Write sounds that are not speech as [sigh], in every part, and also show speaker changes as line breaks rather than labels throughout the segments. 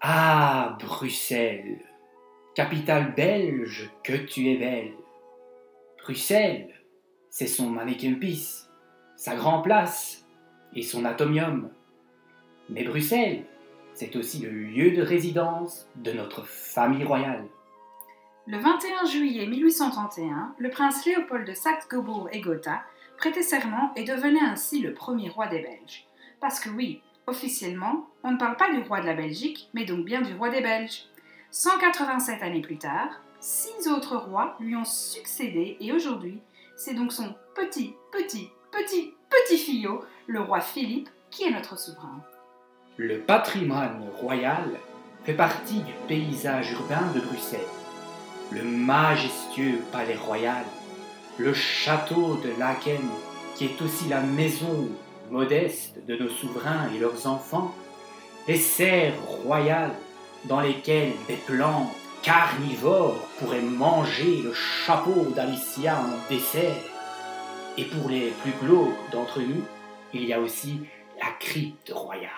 Ah, Bruxelles, capitale belge, que tu es belle. Bruxelles, c'est son Mannequin-Pis, sa Grand Place et son Atomium. Mais Bruxelles, c'est aussi le lieu de résidence de notre famille royale.
Le 21 juillet 1831, le prince Léopold de Saxe-Gobourg et Gotha prêtait serment et devenait ainsi le premier roi des Belges. Parce que oui, officiellement, on ne parle pas du roi de la Belgique, mais donc bien du roi des Belges. 187 années plus tard, six autres rois lui ont succédé et aujourd'hui, c'est donc son petit, petit, petit, petit fillot, le roi Philippe, qui est notre souverain.
Le patrimoine royal fait partie du paysage urbain de Bruxelles. Le majestueux palais royal, le château de Laken, qui est aussi la maison modeste de nos souverains et leurs enfants, les serres royales dans lesquelles des plantes carnivores pourraient manger le chapeau d'Alicia en dessert. Et pour les plus glauques d'entre nous, il y a aussi la crypte royale.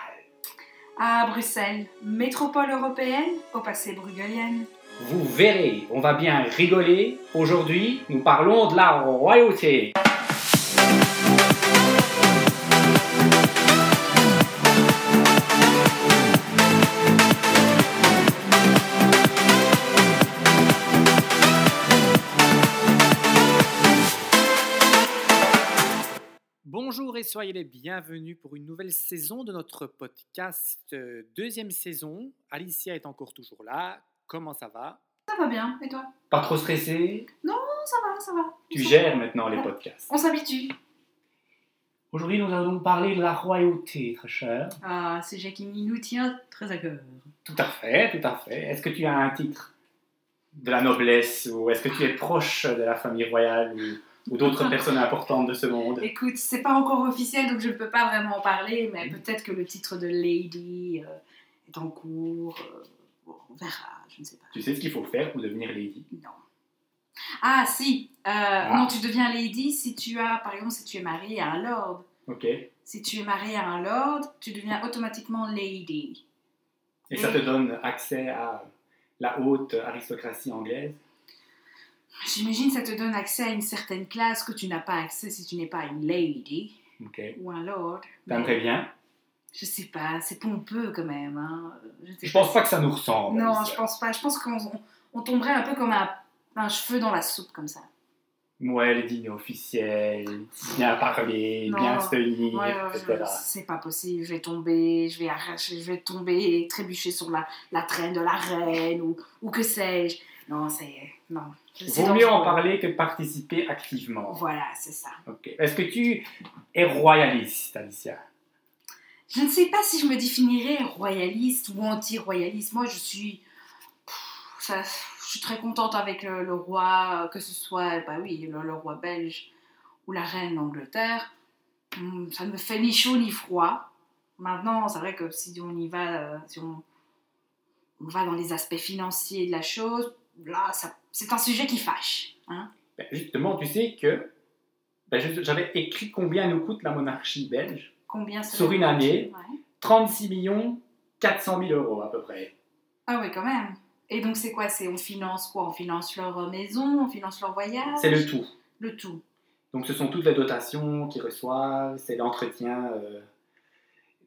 Ah, Bruxelles, métropole européenne, au passé bruegelienne.
Vous verrez, on va bien rigoler. Aujourd'hui, nous parlons de la royauté. Bonjour et soyez les bienvenus pour une nouvelle saison de notre podcast. euh, Deuxième saison, Alicia est encore toujours là. Comment ça va
Ça va bien, et toi
Pas trop stressé
Non, ça va, ça va.
Tu gères maintenant les podcasts.
On s'habitue.
Aujourd'hui, nous allons parler de la royauté, très cher.
Ah, sujet qui nous tient très à cœur.
Tout à fait, tout à fait. Est-ce que tu as un titre de la noblesse ou est-ce que tu es proche de la famille royale ou, ou
[laughs]
d'autres personnes importantes de ce monde
Écoute, c'est pas encore officiel, donc je ne peux pas vraiment en parler, mais peut-être que le titre de Lady euh, est en cours. euh, bon, on verra, je ne sais pas.
Tu sais ce qu'il faut faire pour devenir lady
Non. Ah, si euh, Non, tu deviens Lady si tu as, par exemple, si tu es marié à un lord.
Ok. Et
Si tu es marié à un lord, tu deviens automatiquement Lady.
ça te donne accès à la haute aristocratie anglaise
J'imagine ça te donne accès à une certaine classe que tu n'as pas accès si tu n'es pas une Lady
Ok.
ou un lord.
T'aimerais bien
Je sais pas, c'est pompeux quand même. hein. Je, sais
Je
pas.
pense pas que ça nous ressemble.
Non,
Alicia.
je pense pas. Je pense qu'on on- on tomberait un peu comme un, un cheveu dans la soupe, comme ça.
Ouais, les dîners officiels, bien parler,
Non,
bien
non.
se tenir,
Ouais, ouais,
etc.
je- c'est pas possible. Je vais tomber, je vais arracher, je vais tomber et trébucher sur la, la traîne de la reine ou, ou que sais-je. Non, c'est. Non. c'est
Vaut mieux en
dangereux.
parler que de participer activement.
Voilà, c'est ça.
Ok. Est-ce que tu es royaliste, Alicia
Je ne sais pas si je me définirais royaliste ou anti-royaliste. Moi, je suis. Pff, ça- je suis très contente avec le, le roi, que ce soit bah oui, le, le roi belge ou la reine d'Angleterre. Hum, Ça ne me fait ni chaud ni froid. Maintenant, c'est vrai que si on y va, euh, si on, on va dans les aspects financiers de la chose, là, ça- c'est un sujet qui fâche. hein.
Ben, Justement, tu sais que ben, je- j'avais écrit combien nous coûte la monarchie belge.
Combien ça
Sur une année.
Ouais.
36 millions 400 000 euros à peu près.
Ah oui, quand même. Et donc c'est quoi C'est on finance quoi On finance leur euh, maison, on finance leur voyage.
C'est le tout.
Le tout.
Donc ce sont toutes les dotations qu'ils reçoivent, c'est l'entretien euh,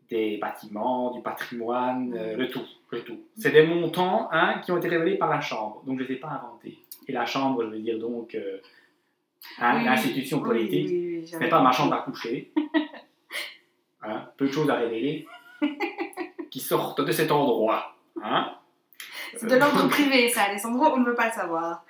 des bâtiments, du patrimoine, euh, le tout, le tout. C'est des montants hein, qui ont été révélés par la Chambre, donc je ne les ai pas inventés. Et la Chambre, je veux dire donc euh, hein,
Oui,
l'institution
oui,
politique,
oui, oui, oui,
Ce
j'avais
n'est pas ma
compris.
chambre à coucher. [laughs] Hein, peu de choses à
[laughs]
révéler qui sortent de cet endroit. hein.
C'est
[laughs]
de l'ordre privé, ça, Alessandro, on ne veut pas le savoir.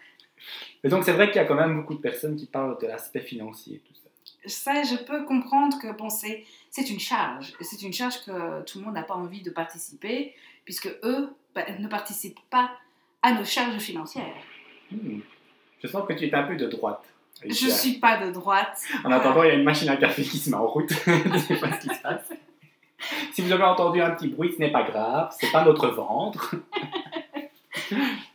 Mais donc c'est vrai qu'il y a quand même beaucoup de personnes qui parlent de l'aspect financier. Tout ça.
Ça, je peux comprendre que bon, c'est c'est une charge. C'est une charge que tout le monde n'a pas envie de participer, puisque eux bah, ne participent pas à nos charges financières.
Hmm. Je sens que tu es un peu de droite.
Je
Alicia.
suis pas de droite.
En attendant, il y a une machine à café qui se met en route. [laughs] je ne sais pas ce qui se passe. Si vous avez entendu un petit bruit, ce n'est pas grave. C'est pas notre ventre. [laughs]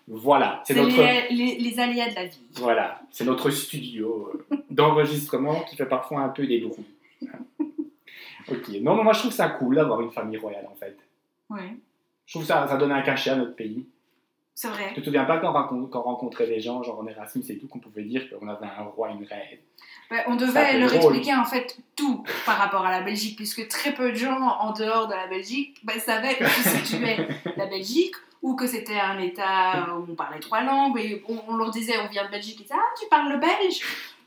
voilà, c'est
C'est
notre
les, les- les aléas de la vie.
Voilà, c'est notre studio euh, d'enregistrement qui fait parfois un peu des bruits. [laughs] Ok, non, mais moi je trouve ça cool d'avoir une famille royale en fait.
Oui.
Je trouve que ça, ça donne un cachet à notre pays.
C'est vrai.
Tu te souviens pas quand on, raconte- quand on rencontrait des gens, genre en Erasmus et tout, qu'on pouvait dire qu'on avait un roi, une reine.
Ouais, on
Ça
devait
fait
leur
drôle.
expliquer en fait tout par rapport à la Belgique, puisque très peu de gens en dehors de la Belgique ben, savaient
[laughs]
où se situait la Belgique, ou que c'était un État où on parlait trois langues, et on, on leur disait on vient de Belgique, ils disaient ah tu parles le belge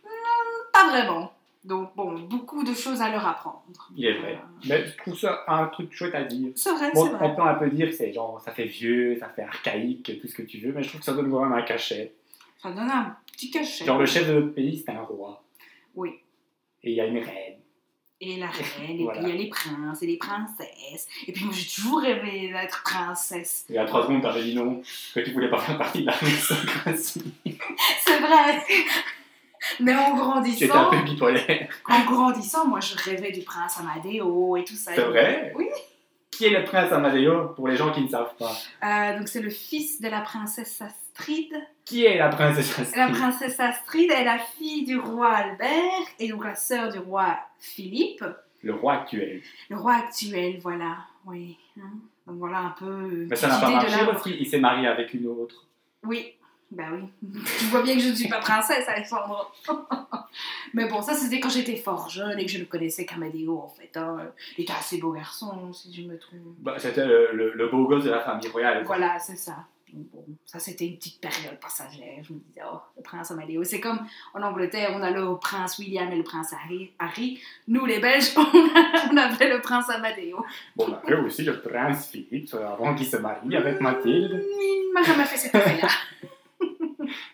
Hmm, Pas vraiment. Donc bon, beaucoup de choses à leur apprendre. Euh,
Il est vrai. Mais je trouve ça un truc chouette à dire.
C'est vrai,
Bon,
c'est vrai.
on peut un peu dire que c'est genre, ça fait vieux, ça fait archaïque, tout ce que tu veux, mais je trouve que ça donne vraiment un cachet.
Ça donne un petit cachet.
Genre le chef de notre pays, c'est un roi.
Oui.
Et il y a une reine.
Et la reine, et
Voilà.
puis il y a les princes et les princesses. Et puis moi j'ai toujours rêvé d'être princesse.
Il y a trois secondes, t'avais dit non, que tu voulais pas faire partie de l'aristocratie.
C'est vrai. Mais en grandissant.
C'était un peu bipolaire.
En grandissant, moi, je rêvais du prince Amadeo et tout ça.
C'est vrai
Oui.
Qui est le prince Amadeo pour les gens qui ne savent pas
Euh, donc, c'est le fils de la princesse Astrid.
Qui est la princesse Astrid
La princesse Astrid est la fille du roi Albert et donc la sœur du roi Philippe,
Le roi actuel.
le roi actuel, voilà. Oui. hein. Donc, voilà un peu. euh,
Mais ça n'a pas
l'idée de
marché
la-
parce qu'il s'est marié avec une autre.
Oui. Bah oui. tu vois bien que je ne suis pas princesse, Alexandre. [laughs] Mais bon, ça, c'était quand j'étais fort jeune et que je ne connaissais qu'Amadeo, en fait. hein. Il était assez beau garçon, si je me trompe.
Bah, C'était le, le- le beau gosse de la famille royale. quoi.
Voilà, c'est ça. Donc, Bon, ça, c'était une petite période passagère. Je me disais, oh, le prince Amadeo. C'est comme en Angleterre, on a le prince William et le prince Harry. Harry. Nous, les Belges, [laughs] on, a- on avait le prince Amadeo.
Bon, bah, eux aussi, le prince Philippe, euh, avant qu'il se marie avec Mathilde.
Il m'a jamais fait cette affaire-là.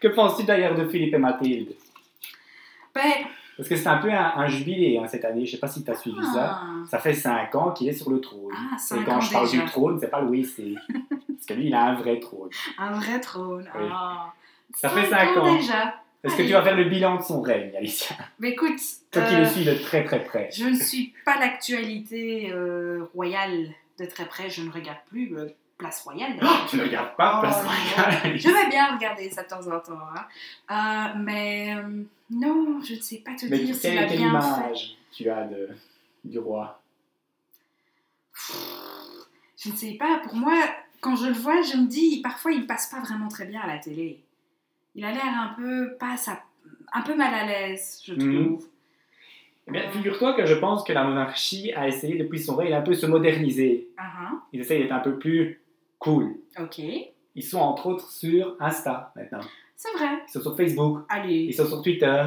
Que penses-tu d'ailleurs de Philippe et Mathilde
Ben,
Parce que c'est un peu un, un jubilé hein, cette année, je sais pas si tu as suivi ça.
ah,
Ça fait 5 ans qu'il est sur le trône.
ah,
et
cinq
quand
ans
je parle
déjà.
du trône, c'est pas Louis
[laughs]
C. Parce que lui, il a un vrai trône.
Un vrai trône.
Oui.
ah.
Ça fait cinq ans.
déjà.
Est-ce que
Allez.
tu vas faire le bilan de son règne, Alicia
Mais écoute,
Toi qui
Ah, euh,
le suis de très très près.
je ne suis pas l'actualité euh, royale de très près. Je ne regarde plus euh, Place Royale.
Oh, tu ne regardes pas,
Oh,
place
non.
royale.
Je vais bien regarder ça de temps en temps. hein. Euh, mais euh, non, je ne sais pas te
Mais
dire
quelle,
s'il a
quelle
bien fait.
image tu as de, du roi
Je ne sais pas. Pour moi, quand je le vois, je me dis, parfois, il ne passe pas vraiment très bien à la télé. Il a l'air un peu, pas à sa- un peu mal à l'aise, je
Mhm.
trouve.
Eh bien, figure-toi que je pense que la monarchie a essayé depuis son règne un peu se moderniser.
Ah
Ils essayent d'être un peu plus cool.
ah, ok.
Ils sont entre autres sur Insta maintenant.
C'est vrai.
Ils sont sur Facebook.
Allez.
Ils sont sur Twitter.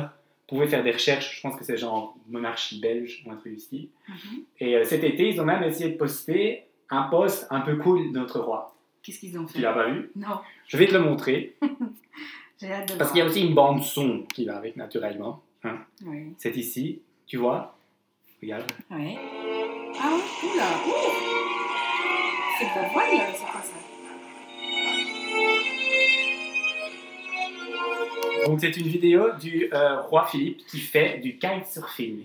Vous pouvez faire des recherches. Je pense que c'est genre monarchie belge ou un truc ici.
Mhm.
Et euh, cet été, ils ont même essayé de poster un post un peu cool de notre roi.
Qu'est-ce qu'ils ont fait
Tu l'as pas vu
Non,
Je vais te le montrer.
j'ai hâte de
Parce qu'il y a
voir.
aussi une bande son qui va avec naturellement. hein.
Oui.
C'est ici. Tu vois Regarde.
oui. Ah, oula. ouh. C'est de la voix, là, c'est quoi ça
Donc c'est une vidéo du euh, roi Philippe qui fait du kitesurfing.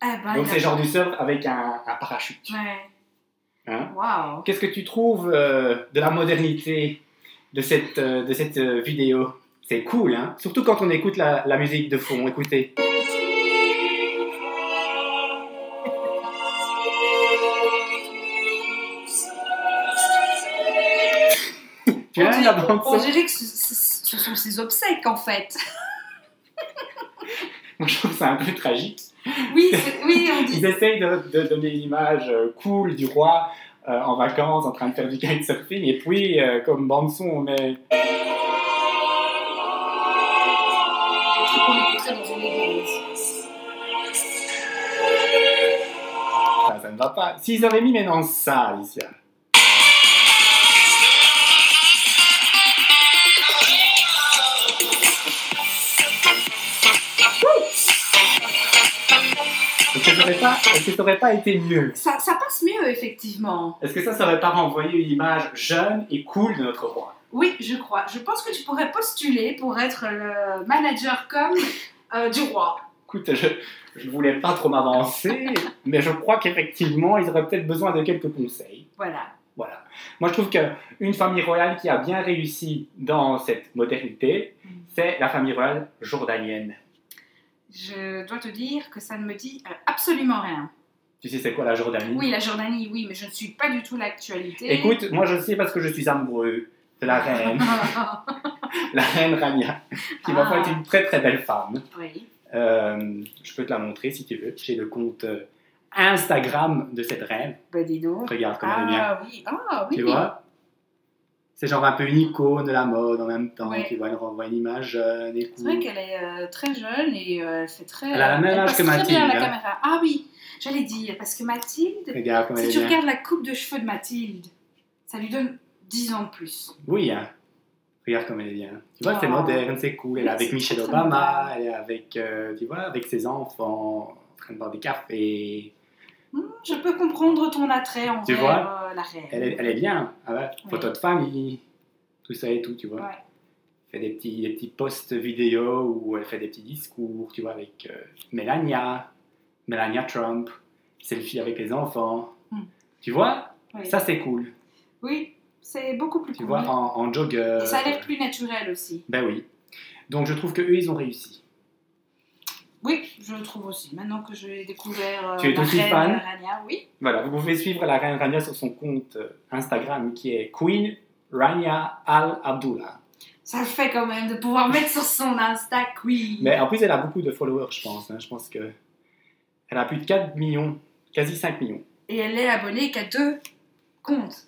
Ah, ben,
Donc
il a-
c'est genre du surf avec un, un parachute.
Ouais.
Hein
Waouh.
Qu'est-ce que tu trouves euh, de la modernité de cette, euh, de cette euh, vidéo C'est cool, hein Surtout quand on écoute la, la musique de fond, écoutez. tu
On
aimes la
dirait,
bande
on
son
dirait que ce, ce- ce sont ses obsèques
[laughs]
en fait.
Moi, je trouve ça un peu tragique.
Oui, c'est- oui, on dit.
Ils essayent de, de donner une image euh, cool du roi euh, en vacances, en train de faire du kitesurfing, et puis, euh, comme bande-son, on met...
Un truc qu'on écouterait dans une église.
Enfin, ça ne va pas. S'ils avaient mis maintenant ça, Alicia... Est-ce que ça aurait pas- est-ce que ça aurait pas été mieux
Ça, ça passe mieux effectivement.
Est-ce que ça, ça aurait pas renvoyé une image jeune et cool de notre roi
Oui, je crois. Je pense que tu pourrais postuler pour être le manager comme euh, du roi.
Écoute, je, je voulais pas trop m'avancer, mais je crois qu'effectivement, ils auraient peut-être besoin de quelques conseils.
Voilà.
Voilà. Moi, je trouve qu'une famille royale qui a bien réussi dans cette modernité,
Mm.
c'est la famille royale jordanienne.
Je dois te dire que ça ne me dit euh, absolument rien.
Tu sais, c'est quoi la Jordanie
Oui, la Jordanie, oui, mais je ne suis pas du tout l'actualité.
Écoute, moi je sais parce que je suis amoureux de
[laughs]
la reine,
Ah,
la reine Rania, qui va
Ah.
être une très très belle femme.
oui.
Euh, je peux te la montrer si tu veux. J'ai le compte euh, Instagram de cette reine.
Bah, dis donc.
Regarde comme elle est bien.
Ah oui, ah oui.
Tu vois C'est genre un peu une icône de la mode en même temps.
Ouais.
Tu vois, elle renvoie une image jeune et
C'est
cool.
vrai qu'elle est euh, très jeune et euh, elle fait très.
Elle a la même âge
passe
que
Très bien à la
Mathilde, hein.
caméra. Ah oui, j'allais dire, parce que Mathilde,
Regarde comme
si
elle
tu
est bien.
regardes la coupe de cheveux de Mathilde, ça lui donne 10 ans de plus.
Oui, hein. Regarde comme elle est bien. Tu vois, c'est
Oh.
moderne, c'est cool. Elle est
Oui,
avec
c'est
Michelle
très, très
Obama, elle est avec, euh, tu vois, avec ses enfants, en train de boire des cafés.
Je peux comprendre ton attrait envers
Tu vois
euh, la reine.
Elle est, elle est bien. Ah ouais, Photos de famille, tout ça et tout, tu vois.
Ouais.
Elle fait des petits, des petits posts vidéo où elle fait des petits discours, tu vois, avec euh, Melania, Melania Trump, selfie avec les enfants.
Hmm.
Tu vois
Oui,
Ça, c'est cool.
Oui, c'est beaucoup plus
Tu
cool.
vois, euh, en, en jogger.
Et ça a l'air plus naturel aussi.
Ben oui. Donc, je trouve que eux, ils ont réussi.
Oui, je le trouve aussi. Maintenant que j'ai découvert euh,
Tu es
la
aussi
reine
fan
Rania, oui.
Voilà, vous pouvez suivre la reine Rania sur son compte euh, Instagram qui est Queen Rania Al Abdullah.
Ça le fait quand même de
[laughs]
pouvoir mettre sur son Insta Queen.
Mais en plus, elle a beaucoup de followers, je pense. hein. Je pense que elle a plus de 4 millions, quasi 5 millions.
Et elle est abonnée qu'à deux comptes.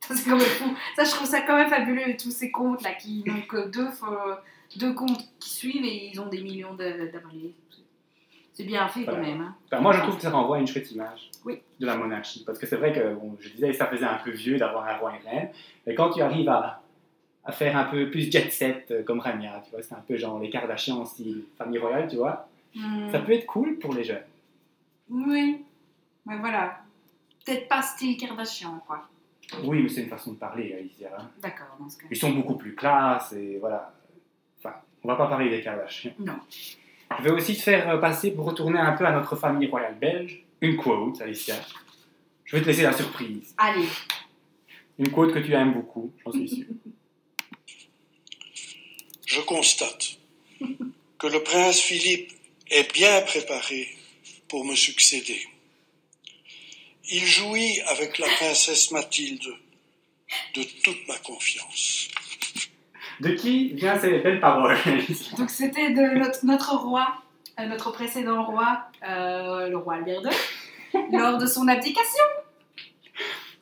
Ça, c'est quand même fou. Ça, je trouve ça quand même fabuleux, tous ces comptes là qui n'ont que deux, fois- deux comptes qui suivent et ils ont des millions de- d'abonnés. C'est bien fait quand
Voilà.
même. hein.
Enfin, moi, je trouve que ça renvoie à une chouette image
Oui.
de la monarchie. Parce que c'est vrai que, bon, je disais, ça faisait un peu vieux d'avoir un roi et une reine. Mais quand tu arrives à, à faire un peu plus jet set euh, comme Rania, tu vois, c'est un peu genre les Kardashians, style famille royale, tu vois,
Hmm.
ça peut être cool pour les jeunes.
Oui, mais voilà. Peut-être pas style Kardashian, quoi.
Oui, mais c'est une façon de parler, euh, ici. hein.
D'accord, dans ce cas.
Ils sont beaucoup plus classe et voilà. Enfin, on va pas parler des Kardashians.
Non.
Je vais aussi te faire euh, passer, pour retourner un peu à notre famille royale belge, une quote, Alicia. Je vais te laisser la surprise.
Allez,
Une quote que tu aimes beaucoup, j'en suis
[laughs]
sûr.
je constate que le prince Philippe est bien préparé pour me succéder. Il jouit avec la princesse Mathilde de toute ma confiance.
De qui vient ces belles paroles
donc c'était de notre, notre roi, euh, notre précédent roi, euh, le roi Albert II,
[laughs]
lors de son abdication.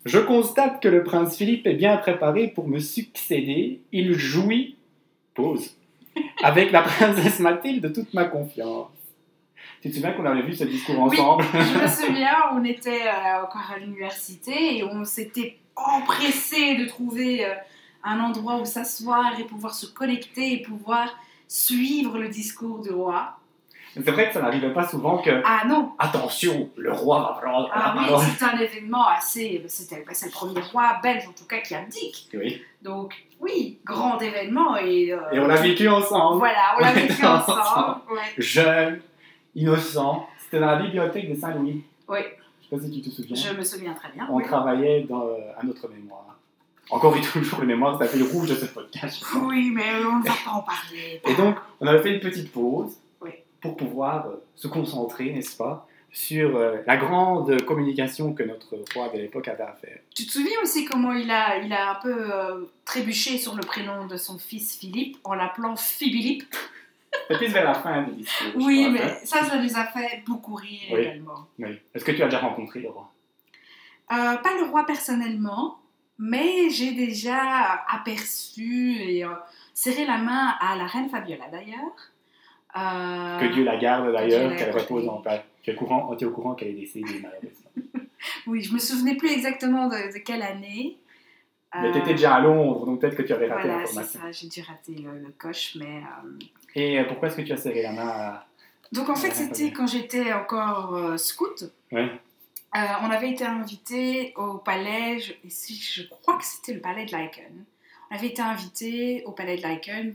Je constate que le prince Philippe est bien préparé pour me succéder. Il jouit,
[laughs]
pause, avec la princesse Mathilde de toute ma confiance. Tu te souviens qu'on avait vu ce discours
Oui.
ensemble
Je me souviens, on était euh, encore à l'université et on s'était empressé de trouver euh, un endroit où s'asseoir et pouvoir se connecter et pouvoir suivre le discours du roi.
C'est vrai que ça n'arrivait pas souvent que
Ah non,
Attention, le roi va prendre
ah
la
oui,
parole.
c'est un événement assez... C'était bah, c'est le premier roi belge en tout cas qui abdique.
Oui.
Donc oui, grand événement et, euh,
Et on l'a vécu ensemble.
Voilà, on
[laughs]
l'a
On
vécu
était
ensemble.
ensemble.
Ouais.
Jeune, innocent. C'était dans la bibliothèque de Saint-Louis.
Oui,
Je sais pas si tu te souviens.
je me souviens très bien.
On
Oui,
travaillait dans, euh, à notre mémoire. Encore et toujours le mémoire, ça fait le rouge de ce podcast.
Oui, mais on ne va pas en parler.
Et donc, on avait fait une petite pause
Oui.
pour pouvoir euh, se concentrer, n'est-ce pas, sur euh, la grande communication que notre roi de l'époque avait à faire.
Tu te souviens aussi comment il a, il a un peu euh, trébuché sur le prénom de son fils Philippe en l'appelant Philippe
Et puis, vers la fin du discours. je
Oui,
crois, hein.
mais ça, ça nous a fait beaucoup rire
Oui.
également.
Oui. Est-ce que tu as déjà rencontré le roi
Euh, pas le roi personnellement, mais j'ai déjà aperçu et euh, serré la main à la reine Fabiola d'ailleurs. Euh,
Que Dieu la garde
Dieu
d'ailleurs,
la
qu'elle
garde.
repose en paix. Tu es, courant, tu es au courant qu'elle est décédée malheureusement.
Euh, Oui, je me souvenais plus exactement de, de quelle année.
Mais
Euh,
tu étais déjà à Londres, donc peut-être que tu avais raté
Voilà, c'est
l'information.
ça, j'ai dû rater le, le coche, mais... euh,
Et euh, pourquoi est-ce que tu as serré la main à...
Donc en fait,
Ouais,
c'était
ouais.
quand j'étais encore euh, scout.
Ouais.
Euh, on avait été invité au palais, je, et si- je crois que c'était le palais de Laeken. On avait été invité au palais de Laeken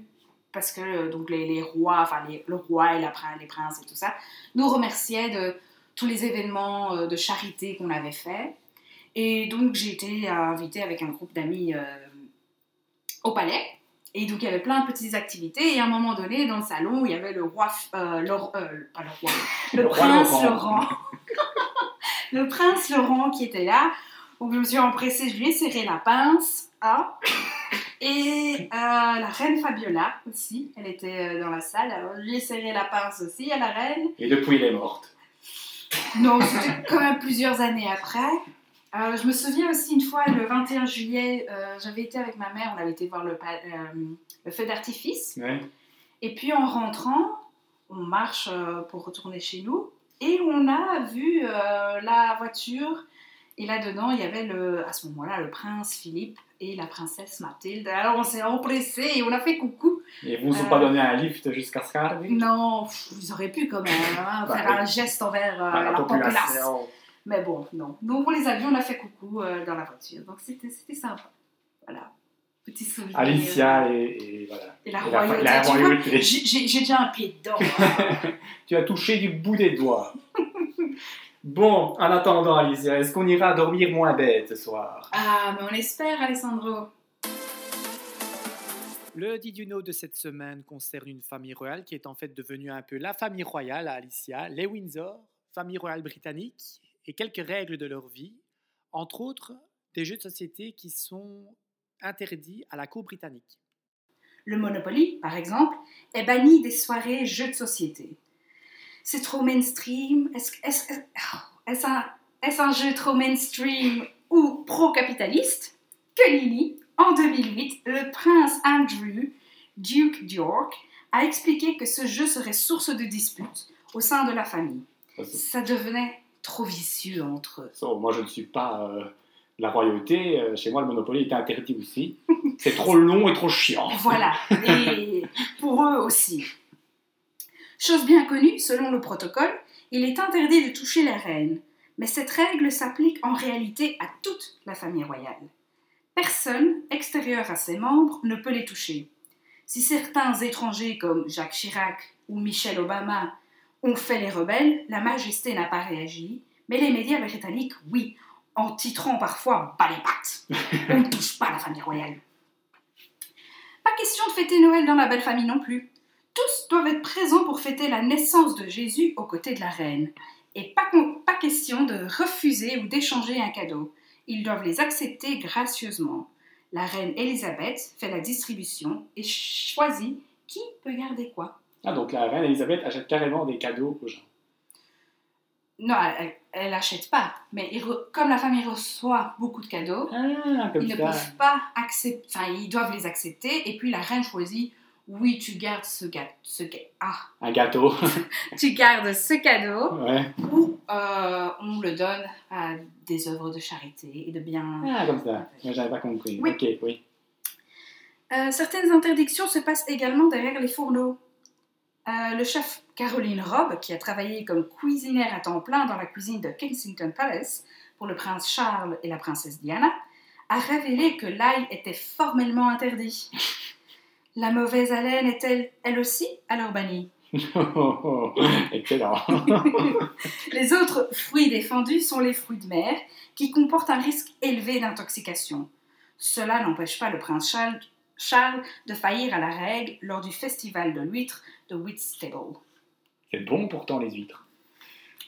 parce que euh, donc les, les rois, enfin les- le roi et la, prin- les princes et tout ça, nous remerciaient de tous les événements euh, de charité qu'on avait fait. Et donc j'ai été euh, invitée avec un groupe d'amis euh, au palais. Et donc il y avait plein de petites activités. Et à un moment donné, dans le salon, il y avait le roi, f- euh, le, euh, pas le roi, le,
Le roi
prince
Laurent.
Laurent. [laughs] le prince Laurent qui était là. Donc je me suis empressée, je lui ai serré la pince. Ah. Et euh, la reine Fabiola aussi, elle était euh, dans la salle. Alors je lui ai serré la pince aussi à la reine.
Et depuis, elle est morte.
Non, c'était [laughs] quand même plusieurs années après. Euh, je me souviens aussi une fois, le 21 juillet, euh, j'avais été avec ma mère, on avait été voir le, pa- euh, le feu d'artifice.
Ouais.
Et puis en rentrant, on marche euh, pour retourner chez nous et on a vu euh, la voiture. Et là-dedans, il y avait le, à ce moment-là le prince Philippe et la princesse Mathilde. Alors on s'est empressé et on a fait coucou.
Et vous, vous pas donné un lift jusqu'à Scardi
Euh. Non, pff, ils auraient pu quand même hein,
Bah,
faire
oui. Bah,
un geste envers euh,
Par
la populace. Mais bon, non. Donc on les a vus, on a fait coucou euh, dans la voiture. Donc c'était c'était sympa. Voilà. Petit souvenir.
Alicia et, et voilà.
Et Euh, la
Et la,
royauté.
la
Tu vois,
royauté.
j'ai- J'ai j'ai déjà un pied dedans. hein.
Tu as touché du bout des
[laughs]
doigts. bon, en attendant, Alicia, est-ce qu'on ira dormir moins bête ce soir
ah, mais on espère, Alessandro.
Le Did You Know de cette semaine concerne une famille royale qui est en fait devenue un peu la famille royale à Alicia, les Windsor, famille royale britannique, et quelques règles de leur vie, entre autres des jeux de société qui sont interdits à la cour britannique.
Le Monopoly, par exemple, est banni des soirées jeux de société. C'est trop mainstream. Est-ce est-ce- est-ce- est-ce un, est-ce un jeu trop mainstream ou pro-capitaliste que Lily, en 2008, le prince Andrew, duc d'York, a expliqué que ce jeu serait source de disputes au sein de la famille. Ça devenait trop vicieux entre eux.
So, Moi, je ne suis pas euh, la royauté. Euh, Chez moi, le Monopoly est interdit
[laughs]
aussi. C'est trop long et trop chiant.
Voilà, et pour eux aussi. Chose bien connue, selon le protocole, il est interdit de toucher la reine, mais cette règle s'applique en réalité à toute la famille royale. Personne extérieur à ses membres ne peut les toucher. Si certains étrangers comme Jacques Chirac ou Michel Obama ont fait les rebelles, la majesté n'a pas réagi, mais les médias britanniques, oui, en titrant parfois Bas les pattes On ne touche pas la famille royale. Pas question de fêter Noël dans la belle famille non plus. Tous doivent être présents pour fêter la naissance de Jésus aux côtés de la reine. Et pas, con- pas question de refuser ou d'échanger un cadeau. Ils doivent les accepter gracieusement. La reine Elisabeth fait la distribution et ch- choisit qui peut garder quoi.
Ah, donc la reine Elisabeth achète carrément des cadeaux aux gens.
Non, elle- elle n'achète pas, mais ils re- comme la famille reçoit beaucoup de cadeaux,
Ah, comme
ils ne
ça.
peuvent pas accepter, enfin ils doivent les accepter et puis la reine choisit, oui tu gardes ce gâteau, ce gâteau. Ah,
Un gâteau. [laughs]
tu gardes ce cadeau
ouais.
ou euh, on le donne à des œuvres de charité et de bien.
Ah, comme ça. Moi, j'avais pas compris.
Oui.
Ok, oui.
Euh, certaines interdictions se passent également derrière les fourneaux. Euh, le chef Caroline Robb, qui a travaillé comme cuisinière à temps plein dans la cuisine de Kensington Palace pour le prince Charles et la princesse Diana, a révélé que l'ail était formellement interdit. [laughs] La mauvaise haleine est-elle, elle aussi, alors bannie
[laughs] Excellent.
[laughs] Les autres fruits défendus sont les fruits de mer, qui comportent un risque élevé d'intoxication. Cela n'empêche pas le prince Charles, Charles de faillir à la règle lors du festival de l'huître de Whitstable.
C'est bon pourtant les huîtres.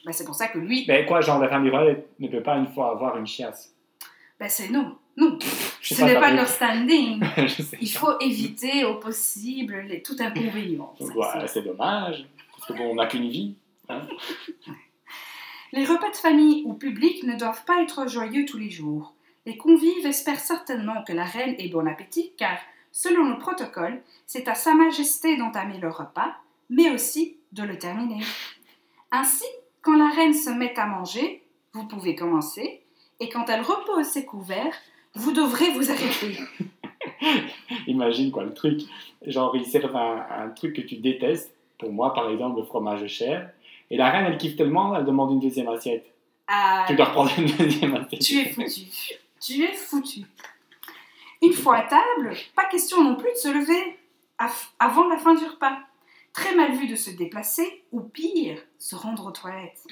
Ben, c'est pour ça que lui,
Mais quoi, genre la femme rurale ne peut pas une fois avoir une chiasse.
ben, c'est non. Non,
Je sais
ce n'est pas
pareil. [laughs]
leur standing.
Je sais
Il
pas.
faut éviter au possible les, tout inconvénient. Ça,
Donc, ouais,
c'est-
c'est dommage. Parce que bon, on n'a qu'une vie.
Les repas de famille ou publics ne doivent pas être joyeux tous les jours. Les convives espèrent certainement que la reine ait bon appétit, car, selon le protocole, c'est à Sa Majesté d'entamer le repas, mais aussi de le terminer. Ainsi, quand la reine se met à manger, vous pouvez commencer, et quand elle repose ses couverts, vous devrez vous arrêter.
Imagine quoi le truc. Genre ils servent un, un truc que tu détestes. Pour moi par exemple le fromage cher. Et la reine elle kiffe tellement, elle demande une deuxième assiette.
Ah,
Tu dois reprendre une deuxième assiette.
Tu es foutu. Tu es foutu. Une fois à table, pas question non plus de se lever af- avant la fin du repas. Très mal vu de se déplacer ou pire, se rendre aux toilettes.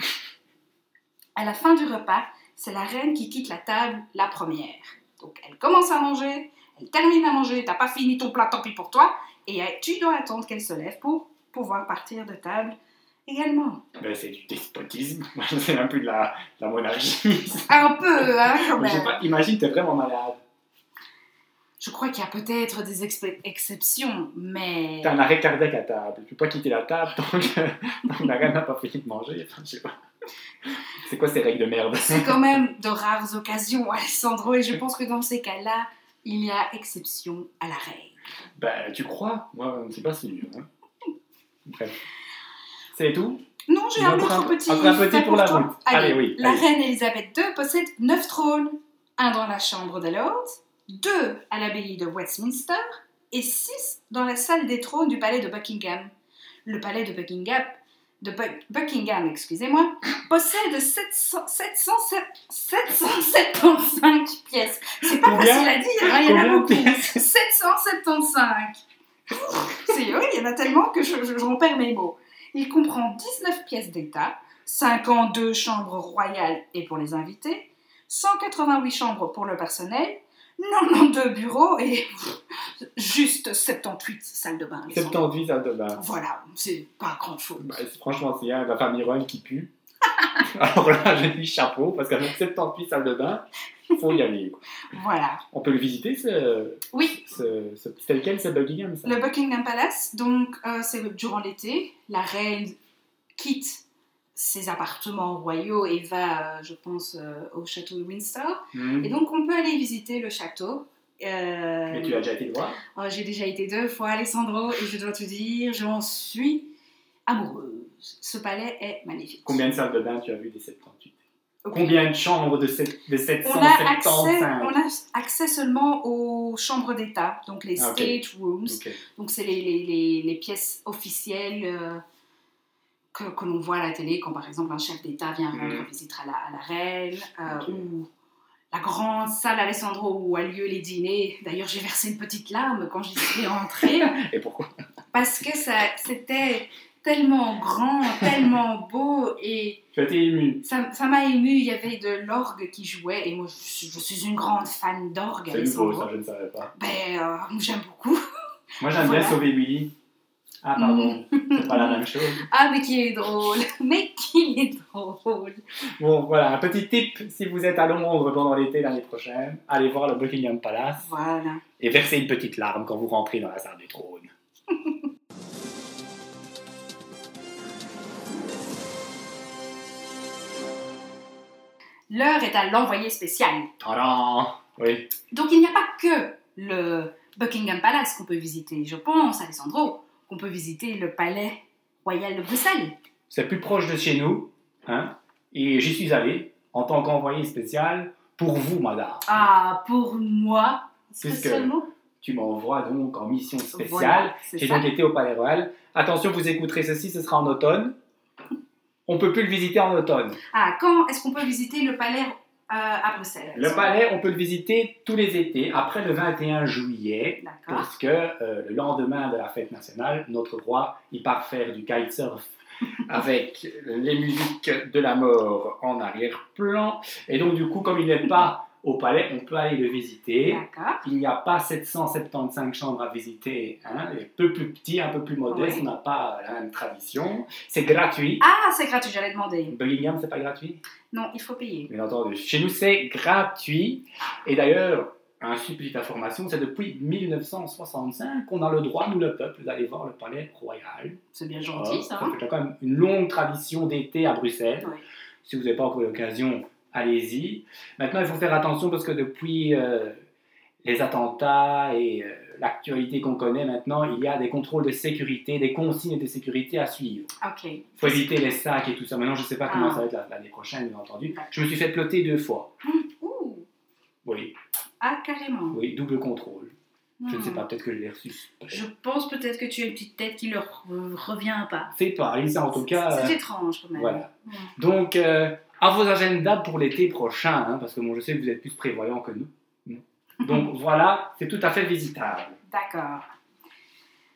À la fin du repas, c'est la reine qui quitte la table la première. Donc elle commence à manger, elle termine à manger, t'as pas fini ton plat, tant pis pour toi, et euh, tu dois attendre qu'elle se lève pour pouvoir partir de table également.
Ben, c'est du despotisme, [laughs] c'est un peu de la, de la
[laughs]
monarchie.
Un peu, hein, quand
Mais je sais
même.
pas, imagine, t'es vraiment malade.
Je crois qu'il y a peut-être des expe- exceptions, mais...
T'as un arrêt cardiaque à table. Tu peux pas quitter la table tant [laughs] que, tant que la reine n'a pas fini de manger. Enfin, je sais pas. C'est quoi ces règles de merde
C'est quand même de rares occasions, Alessandro, et je pense que dans ces cas-là, il y a exception à la règle.
Ben, tu crois Moi, c'est pas si dur. hein. Bref. C'est tout
Non, j'ai
Ils
un
ont
autre
encore un-
petit.
encore un
fait
petit pour la
toi.
route.
Allez,
Allez, oui,
La
allez.
reine Elisabeth II possède neuf trônes. Un dans la chambre des lords, deux à l'abbaye de Westminster et six dans la salle des trônes du palais de Buckingham. Le palais de Buckingham, de Bu- Buckingham, excusez-moi, possède 700 707 [laughs] 775 pièces. C'est pas
Combien
facile à dire, hein, il y en a
Combien de
beaucoup.
pièces
775. C'est oui, il y en a tellement que je, je- j'en perds mes mots. Il comprend 19 pièces d'État, 52 chambres royales et pour les invités, 188 chambres pour le personnel, 92 bureaux et pff, juste 78 salles de bain. Alexandre.
78 salles de bain.
Voilà, c'est pas grand chose.
Ben, c'est- franchement, s'il y a la famille Rome qui pue, [laughs] alors là, j'ai mis chapeau, parce qu'avec 78 salles de bain, faut y aller. quoi.
Voilà.
On peut le visiter, ce,
Oui,
ce, ce- c'est lequel, ce Buckingham, ça
le Buckingham Palace, donc euh, c'est durant l'été, la reine quitte ses appartements royaux et va, euh, je pense, euh, au château de Windsor.
Hmm.
Et donc on peut aller visiter le château. Euh,
Mais tu as déjà été le voir
oh, J'ai déjà été deux fois, Alessandro, et je dois te dire, j'en suis amoureuse. Ce palais est magnifique.
Combien de salles de bain tu as vu des 78
Ok.
Combien de chambres de, sept- de
on a,
775
accès, on a accès seulement aux chambres d'État, donc les
Ah, ok.
state rooms.
Ok.
Donc, c'est les, les- les- les pièces officielles euh, que, que l'on voit à la télé quand, par exemple, un chef d'État vient rendre
Mhm.
visite à la, à la reine, euh,
Ok.
ou la grande salle Alessandro où a lieu les dîners. D'ailleurs, j'ai versé une petite larme quand j'y
[laughs]
suis entrée,
Et pourquoi
parce que ça- c'était tellement grand, tellement beau, et
Tu as été ému.
ça ça m'a émue. Il y avait de l'orgue qui jouait, et moi, je, suis- je suis une grande fan d'orgue,
C'est nouveau,
Alessandro.
ça, je ne savais pas.
Ben, euh, j'aime beaucoup.
Moi, j'aime
Voilà. Mm.
bien sauver Willy. Ah, pardon, [laughs] c'est pas la même chose.
Ah, mais qu'il est drôle [laughs] Mais qu'il est drôle
Bon, voilà, un petit tip si vous êtes à Londres pendant l'été l'année prochaine, allez voir le Buckingham Palace
Voilà.
et versez une petite larme quand vous rentrez dans la salle des trônes.
L'heure est à l'envoyé spécial.
Tadam Oui,
Donc il n'y a pas que le Buckingham Palace qu'on peut visiter, je pense, Alessandro, qu'on peut visiter le palais royal de Bruxelles.
c'est plus proche de chez nous, hein, et j'y suis allé en tant qu'envoyé spécial pour vous, madame.
Ah, pour moi,
Puisque-
spécialement.
Tu m'envoies donc en mission spéciale.
Voilà, c'est
J'ai
ça.
donc été au Palais Royal. Attention, vous écouterez ceci, ce sera en automne. On peut plus le visiter en automne.
Ah, quand est-ce qu'on peut visiter le palais euh, à Bruxelles
Le palais, on peut le visiter tous les étés, après le 21 juillet,
D'accord.
parce que euh, le lendemain de la fête nationale, notre roi, il part faire du
[laughs]
kitesurf avec les musiques de la mort en arrière-plan. Et donc, du coup, comme il n'est pas au palais, on peut aller le visiter.
D'accord.
Il n'y a pas 775 chambres à visiter. hein. Il est un peu plus petit, un peu plus modeste,
Oui.
on n'a pas la même tradition. C'est gratuit.
Ah, c'est gratuit, j'allais demander.
Buckingham, c'est pas gratuit
Non, il faut payer.
Bien entendu. Chez nous, c'est gratuit. Et d'ailleurs, un supplément d'information, c'est depuis 1965 qu'on a le droit, nous le peuple, d'aller voir le palais royal.
C'est bien gentil, ça.
Ah,
hein?
Ça fait quand même une longue tradition d'été à Bruxelles.
Oui.
Si vous n'avez pas encore eu l'occasion, allez-y. Maintenant, il faut faire attention parce que depuis euh, les attentats et euh, l'actualité qu'on connaît maintenant, il y a des contrôles de sécurité, des consignes de sécurité à suivre
Ok.
faut éviter les sacs et tout ça. Maintenant, je ne sais pas comment
Ah.
ça va être la- l'année prochaine, bien entendu. Je me suis fait ploter deux fois.
Ouh.
Oui,
Ah, carrément.
oui, double contrôle. Je ne sais
Hmm.
pas, peut-être que je l'ai reçu. Je
Je pense peut-être que tu as une petite tête qui ne leur re- revient pas.
ne sais pas, allez, ça en tout cas.
C'est
euh,
étrange quand même.
voilà.
Ouais.
Donc, euh, à vos agendas pour l'été prochain, hein, parce que bon, je sais que vous êtes plus prévoyants
[laughs]
que nous. Donc voilà, c'est tout à fait visitable.
D'accord.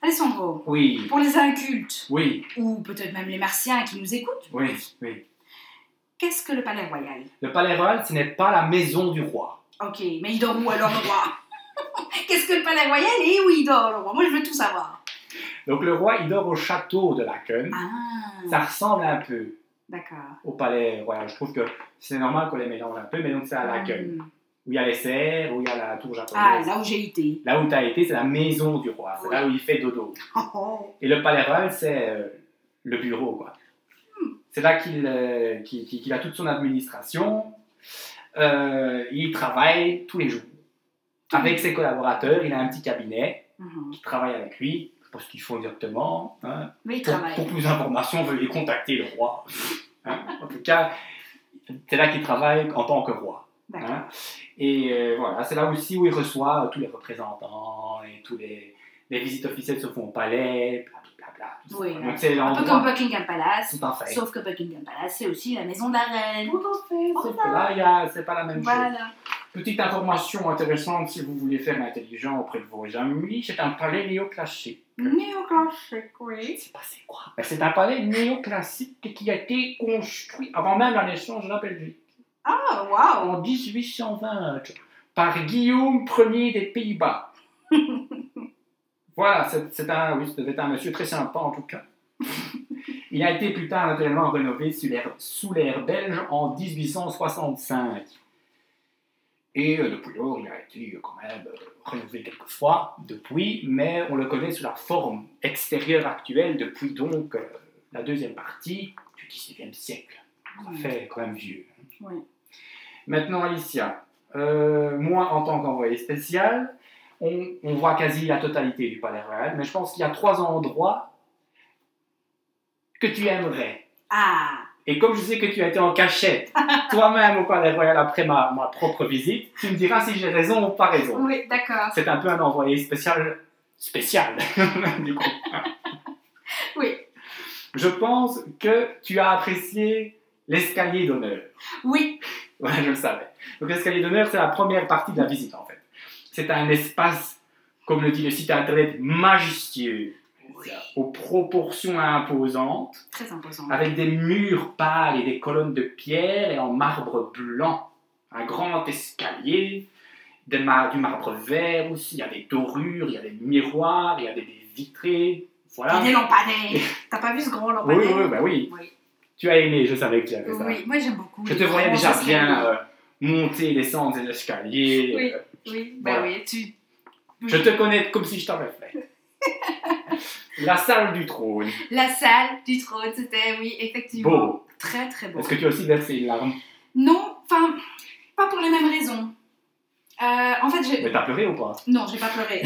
Alessandro,
Oui,
pour les incultes,
oui,
ou peut-être même les martiens qui nous écoutent,
oui, oui.
qu'est-ce que le palais royal
Le palais royal, ce n'est pas la maison du roi.
Ok, [laughs] Eh mais il dort où alors le roi Qu'est-ce que le palais royal et où il dort le roi Moi je veux tout savoir.
Donc le roi, il dort au château de Laken. Ça
Ah,
ressemble un peu
d'accord.
au palais royal. Je trouve que c'est normal qu'on les mélange un peu, mais donc c'est à Laken.
Hum.
Où il y a les serres, où il y a la tour
Ah,
japonaise.
là où j'ai été. [laughs]
Là où tu as été, c'est la maison du roi. C'est
Ouais.
là où il fait dodo.
Oh, oh.
Et le palais royal, c'est euh, le bureau, quoi. C'est là qu'il euh, qu'il- qu'il- qu'il a toute son administration. Euh, il travaille tous les jours. Avec ses collaborateurs, il a un petit cabinet
Mhm.
qui travaille avec lui. Je sais pas ce qu'ils font exactement. hein.
Mais il
Pour,
travaille.
pour plus d'informations, veuillez contacter le roi. Hein. En tout cas, c'est là qu'il travaille en tant que roi.
D'accord.
Hein. Et euh, voilà, c'est là aussi où il reçoit euh, tous les représentants et tous les, les visites officielles se font au palais, blablabla. tout ça.
Oui,
Donc c'est
Un peu comme
l'endroit
Buckingham Palace.
tout en fait.
Sauf que Buckingham Palace, c'est aussi la maison de la reine.
Tout en fait, sauf
Voilà.
que là, il y a- Oh, c'est pas la même chose.
Voilà.
Petite information intéressante si vous voulez faire intelligent auprès de vos amis, c'est un palais néoclassique.
Néoclassique, oui.
C'est pas c'est quoi Ben, C'est un palais néoclassique qui a été construit avant même la naissance de la Belgique,
Ah, waouh.
en 1820, par Guillaume Ier des Pays-Bas. Voilà, c'est c'est un, oui, ça devait être un monsieur très sympa en tout cas. Il a été plus tard naturellement rénové sous l'ère- sous l'ère belge en 1865. Et euh, depuis lors, il a été euh, quand même euh, rénové quelques fois depuis, mais on le connaît sous la forme extérieure actuelle depuis donc euh, la deuxième partie du 19e siècle. Ça
Oui.
fait quand même vieux.
Oui.
Maintenant, Alicia, euh, moi en tant qu'envoyé spécial, on, on voit quasi la totalité du palais royal, mais je pense qu'il y a trois endroits que tu aimerais.
Ah,
Et comme je sais que tu as été en
[laughs]
cachette toi-même au palais royal après ma, ma propre visite, tu me diras si j'ai raison ou pas raison.
oui, d'accord.
C'est un peu un envoyé spécial, spécial, [laughs] du coup.
Oui.
Je pense que tu as apprécié l'escalier d'honneur.
Oui.
Ouais, je le savais. Donc l'escalier d'honneur, c'est la première partie de la visite en fait. C'est un espace, comme le dit le site internet, majestueux, aux proportions imposantes,
Très imposant.
avec des murs pâles et des colonnes de pierre et en marbre blanc. Un grand escalier, des mar- du marbre vert aussi, il y a des dorures, il y a des miroirs, il y a des, des vitrées. Voilà.
Et des lampadaires. T'as pas vu ce grand
Ah, Oui,
lampadaire
oui, bah oui.
Oui.
Tu as aimé, je savais que tu avais ça.
Oui, moi j'aime beaucoup.
Je te voyais
Vraiment,
déjà
ça serait
bien
bien.
euh, monter, descendre des escaliers.
Oui. Oui, bah
Voilà.
oui, tu.
Je te connais comme si je t'avais fait. La salle du trône.
La salle du trône, c'était, oui, effectivement.
Beau.
Très, très beau.
Est-ce que tu as aussi versé une larme
Non, enfin, pas pour les mêmes raisons. Euh, en fait, j'ai.
Mais t'as pleuré ou pas
Non, j'ai pas pleuré.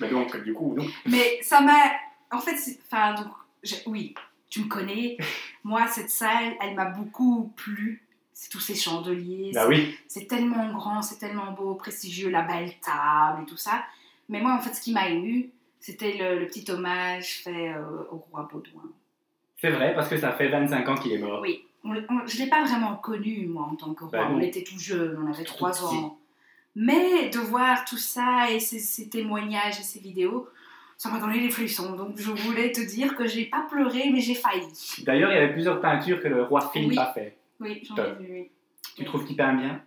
Mais donc, du coup, non.
Mais ça m'a. En fait, c'est- enfin, donc, j'ai- oui, tu me connais. Moi, cette salle, elle m'a beaucoup plu. C'est tous ces chandeliers,
Bah oui.
c'est tellement grand, c'est tellement beau, prestigieux, la belle table et tout ça. Mais moi, en fait, ce qui m'a ému, c'était le, le petit hommage fait euh, au roi Baudouin.
C'est vrai, parce que ça fait 25 ans qu'il est mort.
Oui, on le- on- je ne l'ai pas vraiment connu, moi, en tant que roi.
Bah non.
on était tout jeune, on avait
Tout
trois
petit.
ans. Mais de voir tout ça et ces, ces témoignages et ces vidéos, ça m'a donné les frissons. Donc, je voulais te dire que j'ai pas pleuré, mais j'ai failli.
D'ailleurs, il y avait plusieurs peintures que le roi Philippe
Oui.
a fait.
Oui, j'en ai
Top.
vu. oui.
Tu trouves qu'il peint bien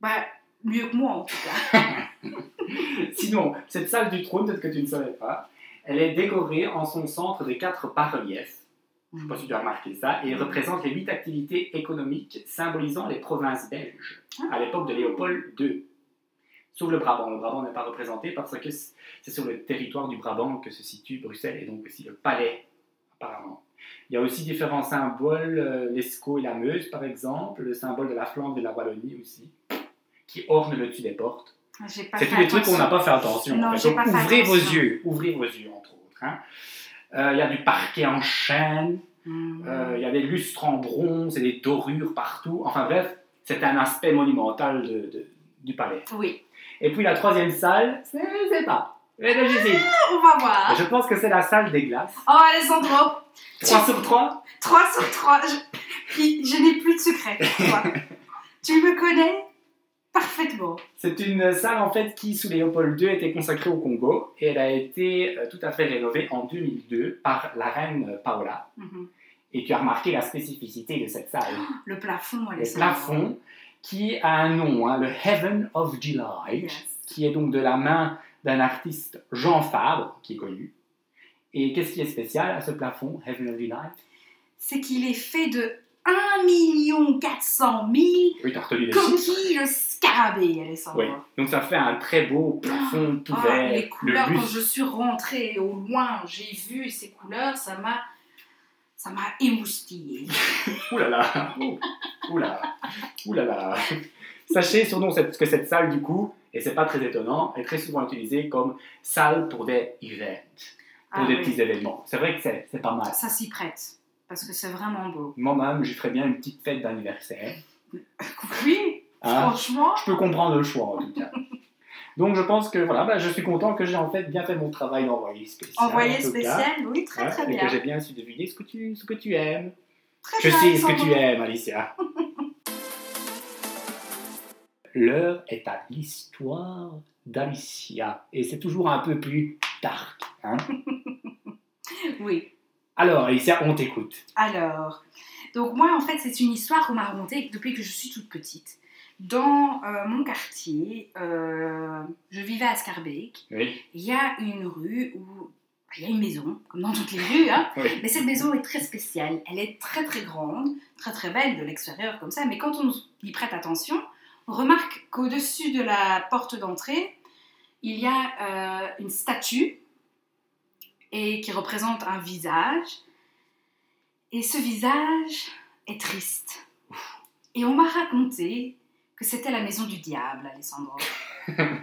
Bah, mieux que moi, en tout cas.
Sinon, cette salle du trône, peut-être que tu ne savais pas, elle est décorée en son centre de quatre bas-reliefs. Je sais pas si tu as remarqué ça, et il représente les huit activités économiques symbolisant les provinces belges
Ah.
à l'époque de Léopold II. Sauf le Brabant. Le Brabant n'est pas représenté parce que c- c'est sur le territoire du Brabant que se situe Bruxelles et donc aussi le palais, apparemment. Il y a aussi différents symboles, euh, l'escaut et la Meuse par exemple, le symbole de la Flandre et de la Wallonie aussi, qui orne le dessus des portes.
J'ai pas
C'est
fait
tous les trucs qu'on
attention.
n'a pas fait attention.
Non,
en fait.
j'ai
Donc,
pas fait
ouvrez
attention.
vos yeux, ouvrez vos yeux, entre autres. hein. Euh, Il y a du parquet en chêne,
Mhm.
euh, il y a des lustres en bronze et des dorures partout. Enfin bref, c'est un aspect monumental de- de- du palais.
Oui,
Et puis la troisième salle, c'est- je sais pas. Mais là, j'hésite.
on va voir.
Je pense que c'est la salle des glaces.
Oh, Alessandro,
3 sur 3
3 sur 3. Je, Il- je n'ai plus de secret pour toi.
[laughs]
tu me connais parfaitement.
C'est une salle en fait qui, sous Léopold II, était consacrée au Congo et elle a été euh, tout à fait rénovée en 2002 par la reine Paola.
Mhm.
Et tu as remarqué la spécificité de cette salle,
Le plafond,
le
Alessandro.
plafond, qui a un nom, hein, le Heaven of July,
Yes.
qui est donc de la main d'un artiste Jean Fabre, qui est connu, Et qu'est-ce qui est spécial à ce plafond, Heavenly Light
C'est qu'il est fait de 1 400 000
Oui, t'as retenu les chiffres.
coquilles de scarabée, Alessandra.
Oui. Donc ça fait un très beau plafond tout
Ah,
vert.
les couleurs,
le
quand
bus.
je suis rentrée au loin, j'ai vu ces couleurs, ça m'a. Ça m'a émoustillée.
Ouh là là Ouh. Ouh là Ouh là là Sachez surnom cette- que cette salle, du coup, et c'est pas très étonnant, est très souvent utilisée comme salle pour des events, pour
Ah
des
oui,
petits événements. C'est vrai que c'est c'est pas mal.
Ça s'y prête, parce que c'est
[laughs]
vraiment beau.
Moi-même, je ferais bien une petite fête d'anniversaire.
Oui,
hein.
franchement,
Je peux comprendre le choix, en tout cas. Donc, je pense que voilà, bah, je suis content que j'ai en fait bien fait mon travail d'envoyé spécial. en
envoyé
tout cas.
spécial, oui, très
Ouais,
très
et que
bien.
j'ai bien su deviner ce que tu, ce que tu aimes.
Très
Je
bien,
sais ce que
Alexandre.
tu aimes, Alicia. L'heure est à l'histoire d'Alicia. Et c'est toujours un peu plus dark. hein.
Oui.
Alors, Alicia, on t'écoute.
Alors, donc moi en fait c'est une histoire qu'on m'a racontée depuis que je suis toute petite. Dans euh, mon quartier, euh, je vivais à Scarbeck.
Oui.
Il y a une rue où il y a une maison, comme dans toutes les rues, hein.
Oui.
Mais cette maison est très spéciale. Elle est très très grande, très très belle de l'extérieur comme ça. Mais quand on y prête attention, on remarque qu'au-dessus de la porte d'entrée, il y a euh, une statue et qui représente un visage. Et ce visage est triste. Et on m'a raconté que c'était la maison du diable, Alessandro.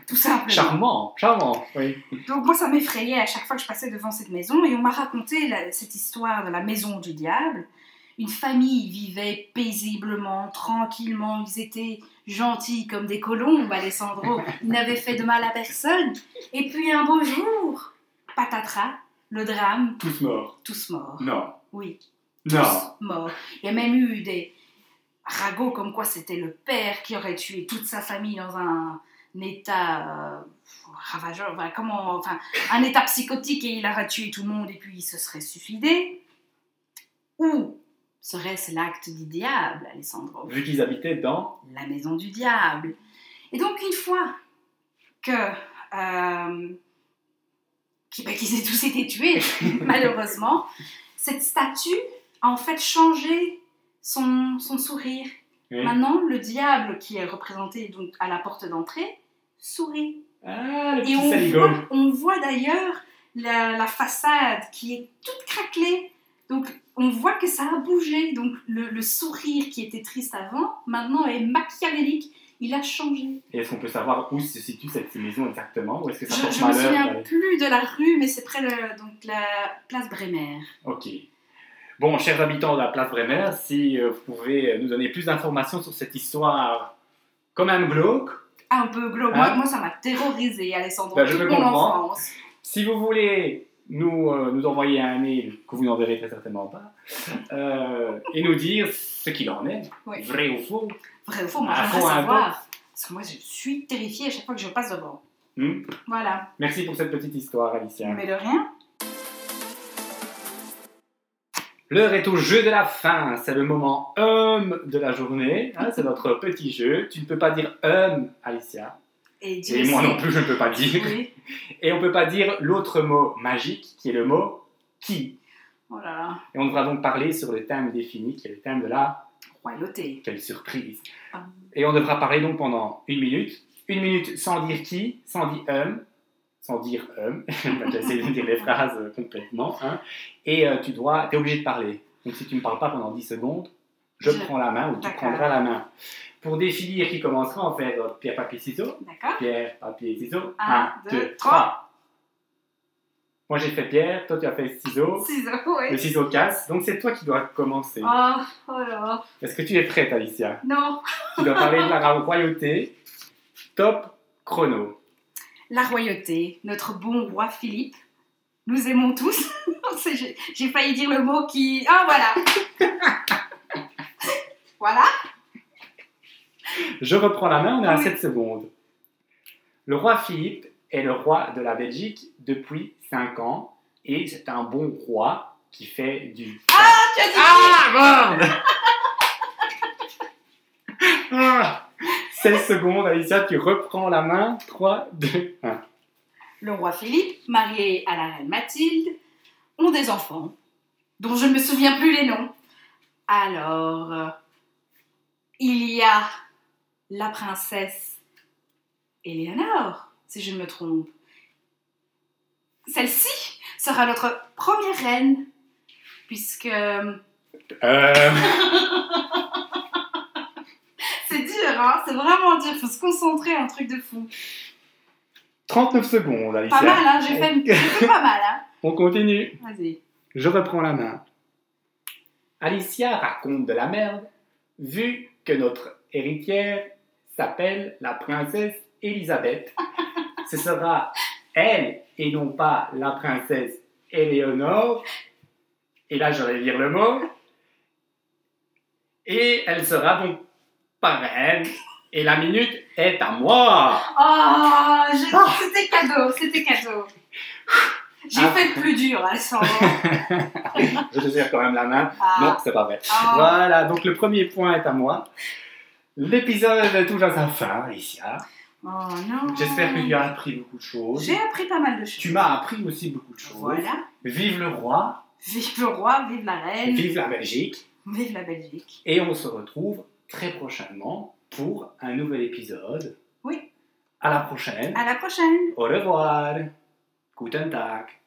Tout simplement.
Charmant, charmant. Oui.
Donc moi, ça m'effrayait à chaque fois que je passais devant cette maison. Et on m'a raconté la- cette histoire de la maison du diable. Une famille vivait paisiblement, tranquillement. Ils étaient gentils comme des colombes, Alessandro. Ils n'avaient fait de mal à personne. Et puis un beau jour, patatras, le drame,
Tous morts.
tous morts.
Non.
Oui,
Non.
tous morts. Il y a même eu des ragots comme quoi c'était le père qui aurait tué toute sa famille dans un état euh, ravageur, enfin, comment, enfin, un état psychotique et il aurait tué tout le monde et puis il se serait suicidé. Ou serait-ce l'acte du diable, Alessandro
Vu qu'ils habitaient dans.
la maison du diable. Et donc une fois que euh, qui- bah, qu'ils aient tous été tués, [laughs] malheureusement, cette statue a en fait changé son, son sourire.
Oui.
Maintenant, le diable qui est représenté donc à la porte d'entrée sourit.
Ah, le
Et
petit
on
saligo.
voit, on voit d'ailleurs la, la façade qui est toute craquelée. Donc on voit que ça a bougé. Donc le, le sourire qui était triste avant, maintenant est machiavélique. Il a changé.
Et est-ce qu'on peut savoir où se situe cette maison exactement Ou est-ce que
Je
ça porte
ne me
malheur
souviens
d'aller-
plus de la rue, mais c'est près de donc, la place Brémer.
Ok. Bon, chers habitants de la place Bremer, si euh, vous pouvez euh, nous donner plus d'informations sur cette histoire quand même glauque,
Un peu glauque.
Ah.
Moi, moi, ça m'a terrorisée, Alessandro.
Ben, je
toute
peux
mon
comprendre.
enfance.
si vous voulez nous, euh, nous envoyer un mail, que vous n'enverrez très certainement pas, [laughs] euh, et nous dire ce qu'il en est,
Ouais.
vrai ou faux.
Vrai ou faux, moi,
Ah,
j'aimerais
faux, un peu.
savoir. Parce que moi, je suis terrifiée à chaque fois que je passe devant.
Hmm.
Voilà.
Merci pour cette petite histoire, Alicia.
Mais de rien.
L'heure est au jeu de la fin, c'est le moment homme de la journée, hein,
[laughs]
c'est notre petit jeu. Tu ne peux pas dire homme, Alicia,
Et, Dieu
et moi
sait.
non plus je ne peux pas dire.
Oui.
Et on peut pas dire l'autre mot magique qui est le mot qui.
Oh là là.
Et on devra donc parler sur le thème défini qui est le thème de la
Royauté.
quelle surprise.
Ah.
Et on devra parler donc pendant une minute. Une minute sans dire qui, sans dire hum, sans dire [laughs] hum. J'essaie de dire les phrases euh, complètement. hein. Et euh, tu dois, tu es obligé de parler. Donc si tu ne parles pas pendant 10 secondes, je
Je-
prends la main ou tu
D'accord.
prendras la main. Pour définir qui commencera, on fait euh, pierre, papier, ciseaux.
D'accord [laughs]
Pierre, papier, ciseaux.
Un,
Un,
deux,
deux,
trois.
trois. Moi j'ai fait pierre, toi tu as fait ciseaux.
Ciseaux,
Le
ouais.
ciseau casse, donc c'est toi qui dois commencer.
Oh, oh là là.
Est-ce que tu es prête, Alicia
Non.
Tu dois parler de la royauté. Top chrono.
La royauté, notre bon roi Philippe, nous aimons tous. [laughs] C'est- J'ai j'ai failli dire le mot qui. Ah voilà [laughs] Voilà
Je reprends la main, on est à
Oui.
7 secondes. Le roi Philippe est le roi de la Belgique depuis 5 ans et c'est un bon roi qui fait du.
Ah, tu as dit
Ah, merde Ah. 16 secondes, Alicia, tu reprends la main. 3, 2, 1.
Le roi Philippe, marié à la reine Mathilde, ont des enfants, dont je ne me souviens plus les noms. Alors, euh, il y a la princesse Eleanor, si je ne me trompe. Celle-ci sera notre première reine, puisque
Euh,
c'est dur, hein, c'est vraiment dur, faut se concentrer, un truc de fou.
39 secondes, Alicia.
Pas mal, hein, j'ai fait, j'ai fait pas mal, hein.
On continue.
Vas-y.
Je reprends la main. Alicia raconte de la merde, vu que notre héritière s'appelle la princesse Elisabeth. Ce sera elle et non pas la princesse Éléonore. Et là, je vais lire le mot. Et elle sera donc parraine. Et la minute est à moi.
Oh, je- c'était cadeau, c'était cadeau. J'ai
Ah.
fait le plus dur,
[laughs]
Alessandro.
Je te serre quand même la main. Non,
Ah,
c'est pas vrai.
Ah.
Voilà, donc le premier point est à moi. L'épisode touche à sa fin, Alicia.
Oh non.
J'espère que tu as appris beaucoup de choses.
J'ai appris pas mal de choses.
Tu m'as appris aussi beaucoup de choses.
Voilà.
Vive le roi,
Vive le roi, vive la reine, vive,
vive la Belgique,
la Belgique.
et on se retrouve très prochainement pour un nouvel épisode.
Oui.
À la prochaine.
À la prochaine.
Au revoir. Guten Tag.